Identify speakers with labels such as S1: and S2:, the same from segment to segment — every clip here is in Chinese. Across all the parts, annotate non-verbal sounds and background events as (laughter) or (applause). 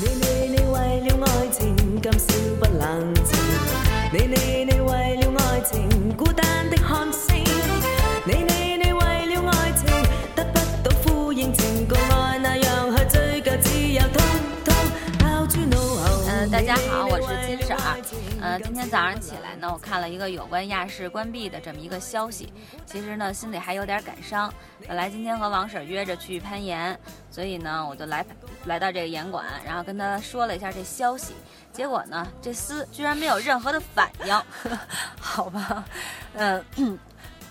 S1: 你你你为了爱情今宵不冷静，你你你为了爱情孤单的看星，你你你为了爱情得不到呼應，情共愛那樣去追究，只有通通拋諸腦後。
S2: 嗯、大家好，我是金婶儿
S1: 你你你。為了
S2: 呃，
S1: 愛情
S2: 今天早上起来呢，我看了一个有关亚视关闭的这么一个消息，其实呢心里还有点感伤。本来今天和王婶儿约着去攀岩，所以呢我就来来到这个岩馆，然后跟她说了一下这消息。结果呢，这厮居然没有任何的反应。
S3: 好吧， (laughs) 嗯。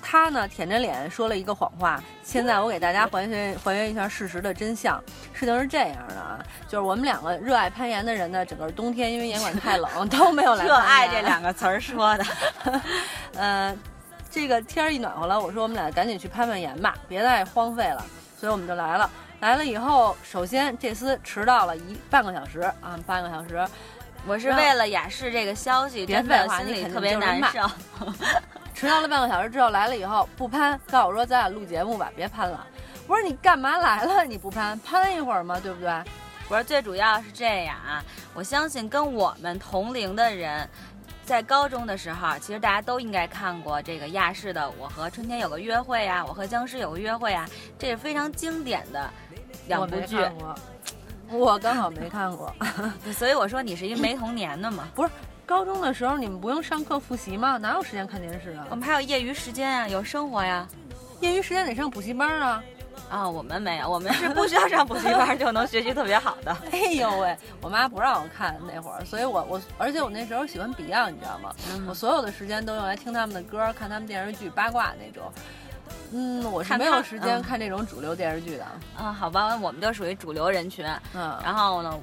S3: 他呢，舔着脸说了一个谎话。现在我给大家还
S2: (laughs)
S3: 原还原一下事实的真相。事情是这样的啊，就是我们两个热爱攀岩的人呢，整个冬天因为岩馆太冷，都没有
S2: (laughs) (laughs)
S3: 来。
S2: 热爱这两个词儿说的，
S3: 呃，这个天儿一暖和了，我说我们俩赶紧去攀攀岩吧，别再荒废了，所以我们就来了。来了以后，首先这厮迟到了一半个小时啊，半个小时，
S2: (laughs) 我是为了雅士这个消息，
S3: 别
S2: 真的
S3: 废话
S2: 心
S3: 你
S2: 里
S3: 肯
S2: (laughs)
S3: 定
S2: 特别
S3: 就是
S2: 难
S3: 骂
S2: 受。
S3: 迟到了半个小时之后来了以后不攀，告诉我说咱俩录节目吧，别攀了。我说你干嘛来了？你不攀，攀一会儿嘛，对不对？
S2: 不是，最主要是这样啊，我相信跟我们同龄的人。在高中的时候，其实大家都应该看过这个亚视的《我和春天有个约会》啊，《我和僵尸有个约会》啊，这是非常经典的两
S3: 我
S2: 部
S3: 没
S2: 剧。
S3: 看过，我刚好没看过。 (laughs)
S2: 所以我说你是一没童年的嘛。
S3: 高中的时候你们不用上课复习吗？哪有时间看电视啊
S2: 我？们还有业余时间啊，有生活呀。
S3: 业余时间得上补习班啊！ (laughs)
S2: 啊、我们没有，我们是不需要上补习班就能学习特别好
S3: (laughs)
S2: 的。
S3: 哎呦喂，我妈不让我看那会儿，所以我我而且我那时候喜欢 Beyond，你知道吗？我所有的时间都用来听他们的歌，看他们电视剧、八卦那种。嗯，我是
S2: 看
S3: 没
S2: 他
S3: 有时间
S2: 嗯
S3: 看这种主流电视剧的。
S2: 嗯，好吧，我们就属于主流人群。
S3: 嗯，
S2: 然后呢，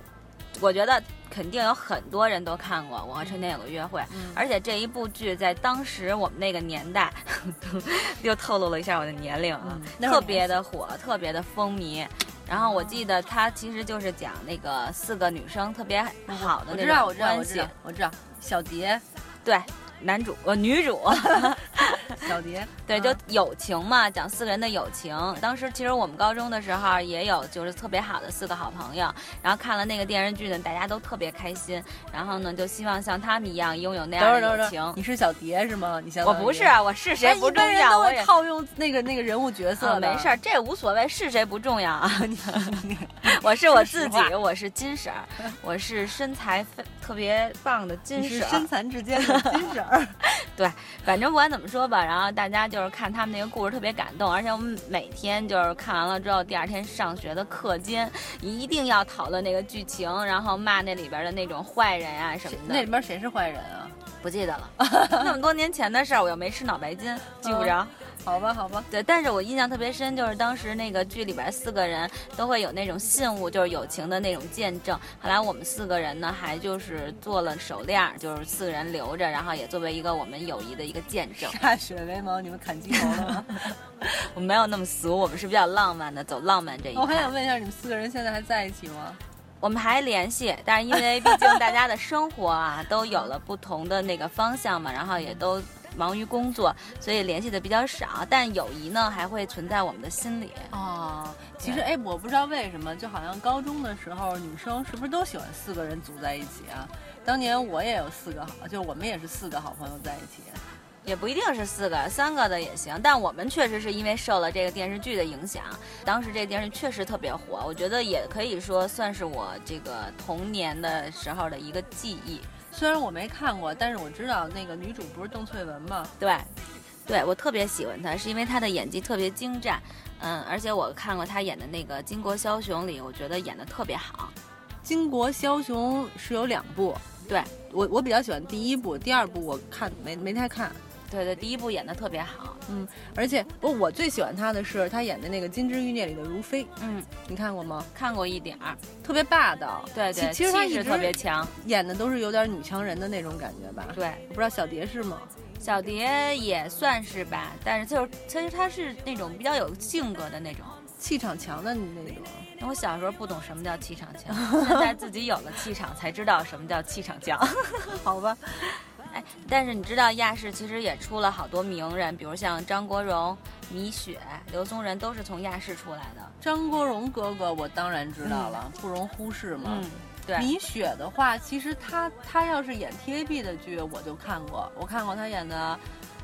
S2: 我觉得肯定有很多人都看过《我和春天有个约会》
S3: 嗯
S2: 而且这一部剧在当时我们那个年代， (laughs) 又透露了一下我的年龄啊，
S3: 嗯那会儿
S2: 特别的火，特别的风靡。然后我记得它其实就是讲那个四个女生特别好的
S3: 我
S2: 那
S3: 知道，
S2: 种
S3: 我知道，我
S2: 关
S3: 知道
S2: 系，，
S3: 我知道。小蝶，
S2: 对，男主呃女
S3: (laughs)
S2: 主，
S3: 小蝶，
S2: (laughs) 对，
S3: 嗯
S2: 就友情嘛，讲四个人的友情。当时其实我们高中的时候也有，就是特别好的四个好朋友。然后看了那个电视剧呢，大家都特别开心。然后呢，就希望像他们一样拥有那
S3: 等会
S2: 样
S3: 儿，等会
S2: 的
S3: 儿
S2: 友
S3: 等会儿，
S2: 情。
S3: 你是小蝶是吗？你相
S2: 我
S3: 当于
S2: 不是，啊，我是谁
S3: 哎
S2: 不
S3: 一
S2: 重
S3: 般人
S2: 要，
S3: 都
S2: 我
S3: 会
S2: 也
S3: 套用那个那个人物角
S2: 啊
S3: 色的。
S2: 没事儿，这无所谓，是谁不重要
S3: (laughs)
S2: 啊。我是我自己
S3: 说实，
S2: 我是金婶儿，我是身材非特别棒的金
S3: 你是
S2: 婶儿。啊
S3: 身残志坚的金
S2: (laughs)
S3: 婶儿。
S2: 反正不管怎么说吧，然后大家就是看他们那个故事特别感动，而且我们每天就是看完了之后，第二天上学的课间一定要讨论那个剧情，然后骂那里边的那种坏人啊什么
S3: 那
S2: 的
S3: 里。边谁是坏人啊？
S2: 不记得
S3: (laughs)
S2: 了，那么多年前的事儿，我又没吃脑白金，记不着。
S3: 好吧，好吧，
S2: 对，但是我印象特别深，就是当时那个剧里边四个人都会有那种信物，就是友情的那种见证。后来我们四个人呢，还就是做了手链儿，就是四个人留着，然后也作为一个我们友谊的一个见证。
S3: 歃血为盟，你们砍鸡头了
S2: 哎
S3: 吗？ (laughs)
S2: 我们没有那么俗，我们是比较浪漫的，走浪漫这一
S3: 我还
S2: 派。
S3: 想问一下，你们四个人现在还在一起吗？
S2: 我们还联系，但是因为毕竟大家的生活啊都有了不同的那个方向嘛，然后也都忙于工作，所以联系的比较少。但友谊呢，还会存在我们的心里。
S3: 哦，其实哎，我不知道为什么，就好像高中的时候，女生是不是都喜欢四个人组在一起啊？当年我也有四个好，就我们也是四个好朋友在一起。啊
S2: 也不一定是四个，三个的也行。但我们确实是因为受了这个电视剧的影响，当时这个电视剧确实特别火，我觉得也可以说算是我这个童年的时候的一个记忆。
S3: 虽然我没看过，但是我知道那个女主不是邓萃雯吗？
S2: 对，对我特别喜欢她，是因为她的演技特别精湛，嗯，而且我看过她演的那个《巾帼枭雄》里，我觉得演的特别好。
S3: 《巾帼枭雄》是有两部，
S2: 对
S3: 我我比较喜欢第一部，第二部我看没没太看。
S2: 对对，第一部演的特别好，
S3: 而且我我最喜欢她的是她演的那个《金枝欲孽》里的如妃，
S2: 嗯，
S3: 你看过吗？
S2: 看过一点儿，
S3: 特别霸道。
S2: 对对，
S3: 其其实她
S2: 气
S3: 一
S2: 势
S3: 直
S2: 特别强，
S3: 演的都是有点女强人的那种感觉吧。
S2: 对。
S3: 我不知道小蝶是吗？
S2: 小蝶也算是吧，但是就是其实她是那种比较有性格的那种。
S3: 气场强的那种。
S2: 因为我小时候不懂什么叫气场强，现在自己有了气场才知道什么叫气场 (laughs) 强。
S3: 好吧，
S2: 哎，但是你知道亚视其实也出了好多名人，比如像张国荣、米雪、刘松仁都是从亚视出来的。
S3: 张国荣哥哥我当然知道了，不容忽视嘛。
S2: 嗯，对
S3: 米雪的话，其实她她要是演 TAB 的剧，我就看过，我看过她演的，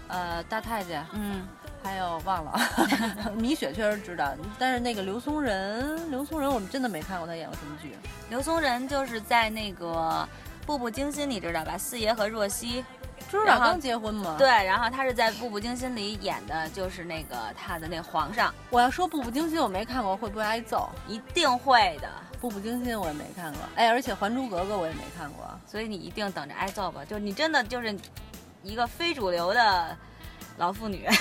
S3: 呃，大太监，
S2: 嗯，
S3: 还有忘了， (laughs) 米雪确实知道，但是那个刘松仁，刘松仁我们真的没看过她演过什么剧。
S2: 刘松仁就是在那个《步步惊心》，你知道吧？四爷和若曦。
S3: 知道
S2: 然后
S3: 刚结婚吗？
S2: 对，，然后他是在《步步惊心》里演的，就是那个他的那皇上，
S3: 我要说《步步惊心》，我没看过，会不会挨揍？
S2: 一定会的，
S3: 《步步惊心》我也没看过，哎，而且《还珠格格》我也没看过。
S2: 所以你一定等着挨揍吧。就是你真的就是一个非主流的老妇女， (laughs)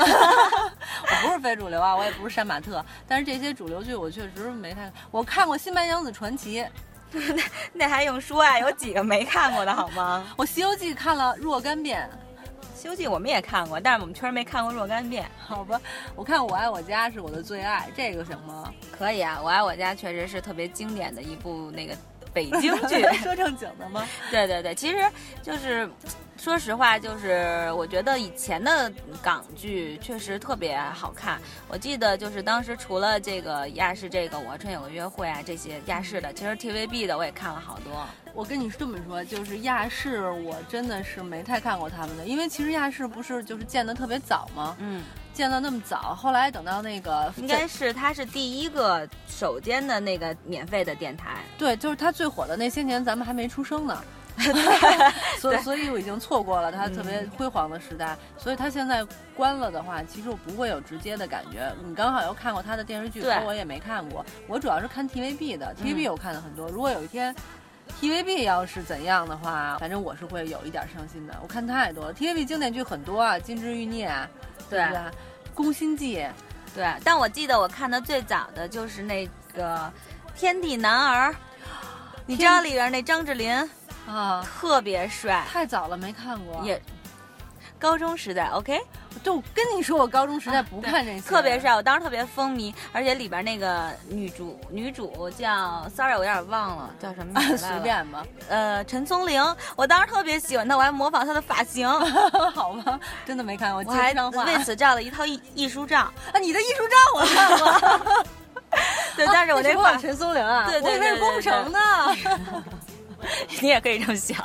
S3: 我不是非主流啊，我也不是杀马特，但是这些主流剧我确实没看。我看过《新白娘子传奇》，
S2: 那还用说啊？有几个没看过的好吗？
S3: 我《西游记》看了若干遍，
S2: 《西游记》我们也看过，但是我们确实没看过若干遍。
S3: 好吧。我看《我爱我家》是我的最爱，这个行 (laughs) 吗？
S2: 可以啊，《我爱我家》确实是特别经典的一部那个北京 (laughs) 剧。
S3: 说正经的吗？
S2: (laughs) 对对对，其实就是说实话，就是我觉得以前的港剧确实特别好看。我记得就是当时除了这个亚视这个《我和春有个约会》啊这些亚视的，其实 TVB 的我也看了好多。
S3: (laughs) 我跟你这么说，就是亚视，我真的是没太看过他们的，因为其实亚视不是就是建的特别早吗？
S2: 嗯，
S3: 建的那么早，后来等到那个
S2: 应该是它是第一个首间的那个免费的电台。
S3: 对，就是他最火的那些年，咱们还没出生
S2: (laughs)
S3: 呢，所以所以我已经错过了他特别
S2: 嗯
S3: 辉煌的时代，所以他现在关了的话，其实我不会有直接的感觉。你刚好又看过他的电视剧，
S2: 对
S3: 可我也没看过，我主要是看 TVB 的，TVB
S2: 嗯
S3: 我看的很多。如果有一天 TVB 要是怎样的话，反正我是会有一点伤心的。我看太多了，TVB 经典剧很多啊，《金枝欲孽》啊，
S2: 对
S3: 不对？《宫心计》啊
S2: 对，但我记得我看的最早的就是那个《天地男儿》，你知道里边那张智霖
S3: 啊，
S2: 特别帅，
S3: 太早了没看过。
S2: 也高中时代，OK，
S3: 就我跟你说，我高中时代不
S2: 啊对
S3: 看这些，
S2: 特别。帅，我当时特别风靡，而且里边那个女主女主叫，sorry，我有点忘了叫什么名 (laughs) 字来
S3: 啊随
S2: 了，
S3: 便吧， (laughs)
S2: 呃，陈松伶，我当时特别喜欢她，我还模仿她的发型， (laughs)
S3: 好吧，真的没看过，
S2: 我
S3: 接
S2: 还
S3: 不上话。
S2: 为此照了一套艺艺术 (laughs) 照，
S3: 啊，你的艺术照 (laughs) 我看过，
S2: 对，但是我那
S3: 那
S2: 发，
S3: 陈松伶啊，
S2: 对对
S3: 我以为是工程呢。
S2: (laughs) 你也可以这么想。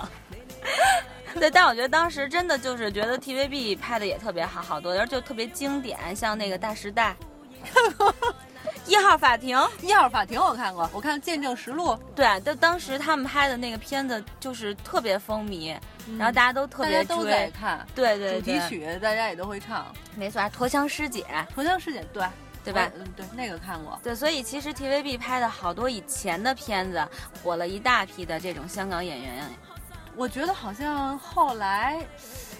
S2: 对，但我觉得当时真的就是觉得 TVB 拍的也特别好，好多，而且就特别经典，像那个《大时 (laughs) 代》《一号法庭》，
S3: 一号法庭我看过，我看《见证实录》，
S2: 对，就当时他们拍的那个片子就是特别风靡，然后大家都特
S3: 嗯大家
S2: 别
S3: 都在
S2: 追，
S3: 看。
S2: 对
S3: 主
S2: 对
S3: 题
S2: 对，
S3: 曲大家也都会唱，
S2: 没错，还驼枪师姐，
S3: 《头像师姐》对
S2: 对吧？
S3: 嗯，对，那个看过。
S2: 对，所以其实 TVB 拍的好多以前的片子，火了一大批的这种香港演员。
S3: 我觉得好像后来，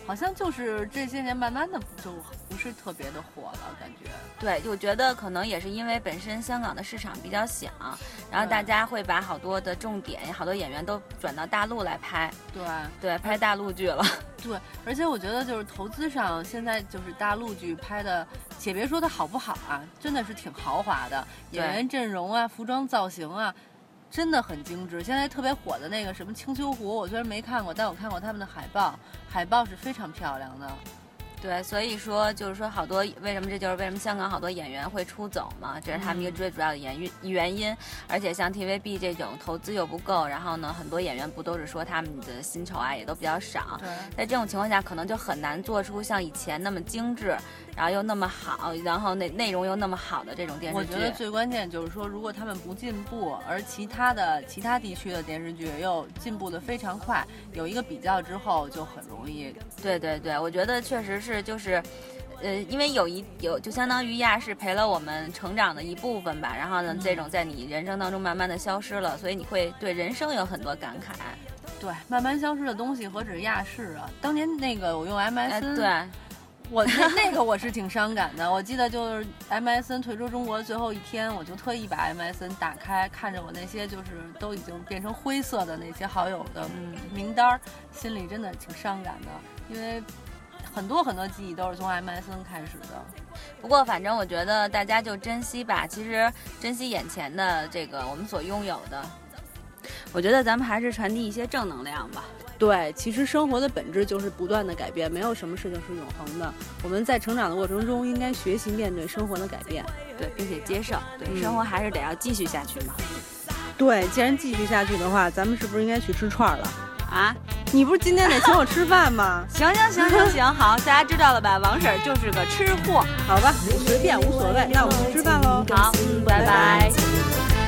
S3: 好像就是这些年慢慢的就不是特别的火了，感觉。
S2: 对，我觉得可能也是因为本身香港的市场比较小，然后大
S3: 对
S2: 家会把好多的重点、好多演员都转到大陆来拍，
S3: 对。
S2: 对，拍大陆剧了。
S3: 对，而且我觉得就是投资上，现在就是大陆剧拍的，且别说它好不好啊，真的是挺豪华的，
S2: 对
S3: 演员阵容啊，服装造型啊，真的很精致。现在特别火的那个什么《青丘狐》，我虽然没看过，但我看过他们的海报，海报是非常漂亮的。
S2: 对，所以说就是说，好多为什么这就是为什么香港好多演员会出走嘛，这是他们一
S3: 嗯
S2: 个最主要的原因原因。而且像 TVB 这种投资又不够，然后呢，很多演员不都是说他们的薪酬啊也都比较少，
S3: 对，
S2: 在这种情况下，可能就很难做出像以前那么精致，然后又那么好，然后内内容又那么好的这种电
S3: 我
S2: 视
S3: 觉得
S2: 剧。
S3: 最关键就是说，如果他们不进步，而其他的其他地区的电视剧又进步的非常快，有一个比较之后，就很容易
S2: 对对对，我觉得确实是就是。呃，因为有一有就相当于亚视陪了我们成长的一部分吧，然后呢，这种在你人生当中慢慢的消失了，所以你会对人生有很多感慨。
S3: 对慢慢消失的东西，何止亚视啊？当年那个我用
S2: 哎，
S3: MSN
S2: 对，
S3: 我那那个我是挺伤感的，我记得就是 MSN 退出中国最后一天，我就特意把 MSN 打开，看着我那些就是都已经变成灰色的那些好友的
S2: 嗯
S3: 名单儿，心里真的挺伤感的，因为很多很多记忆都是从 MSN 开始的。
S2: 不过反正我觉得大家就珍惜吧，其实珍惜眼前的这个我们所拥有的。我觉得咱们还是传递一些正能量吧。
S4: 对，其实生活的本质就是不断的改变，没有什么事情是永恒的。我们在成长的过程中，应该学习面对生活的改变。
S2: 对，并且接受，对、
S4: 嗯
S2: 生活还是得要继续下去嘛。嗯
S1: Hãy subscribe cho kênh Ghiền Mì Gõ Để không bỏ lỡ
S3: 对，既然继续下去的话，咱们是不是应该去吃串儿了？
S2: 啊！？
S3: 你不是今天得请我吃饭吗
S2: 行行行行行，好，大家知道了吧？王婶儿就是个吃货。
S3: 好吧，随便无所谓，那我们去吃饭喽。
S2: 好，嗯拜拜。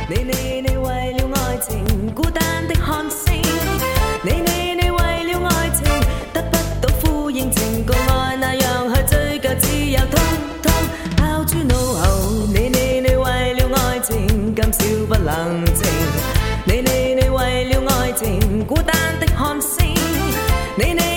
S1: 你你你为了爱情孤单的看星，你你你为了爱情得不到呼應，情共愛那樣去追究，只有通通拋諸腦後。你你你為了愛情今宵不冷靜，你你你為了愛情孤單的看星，你你。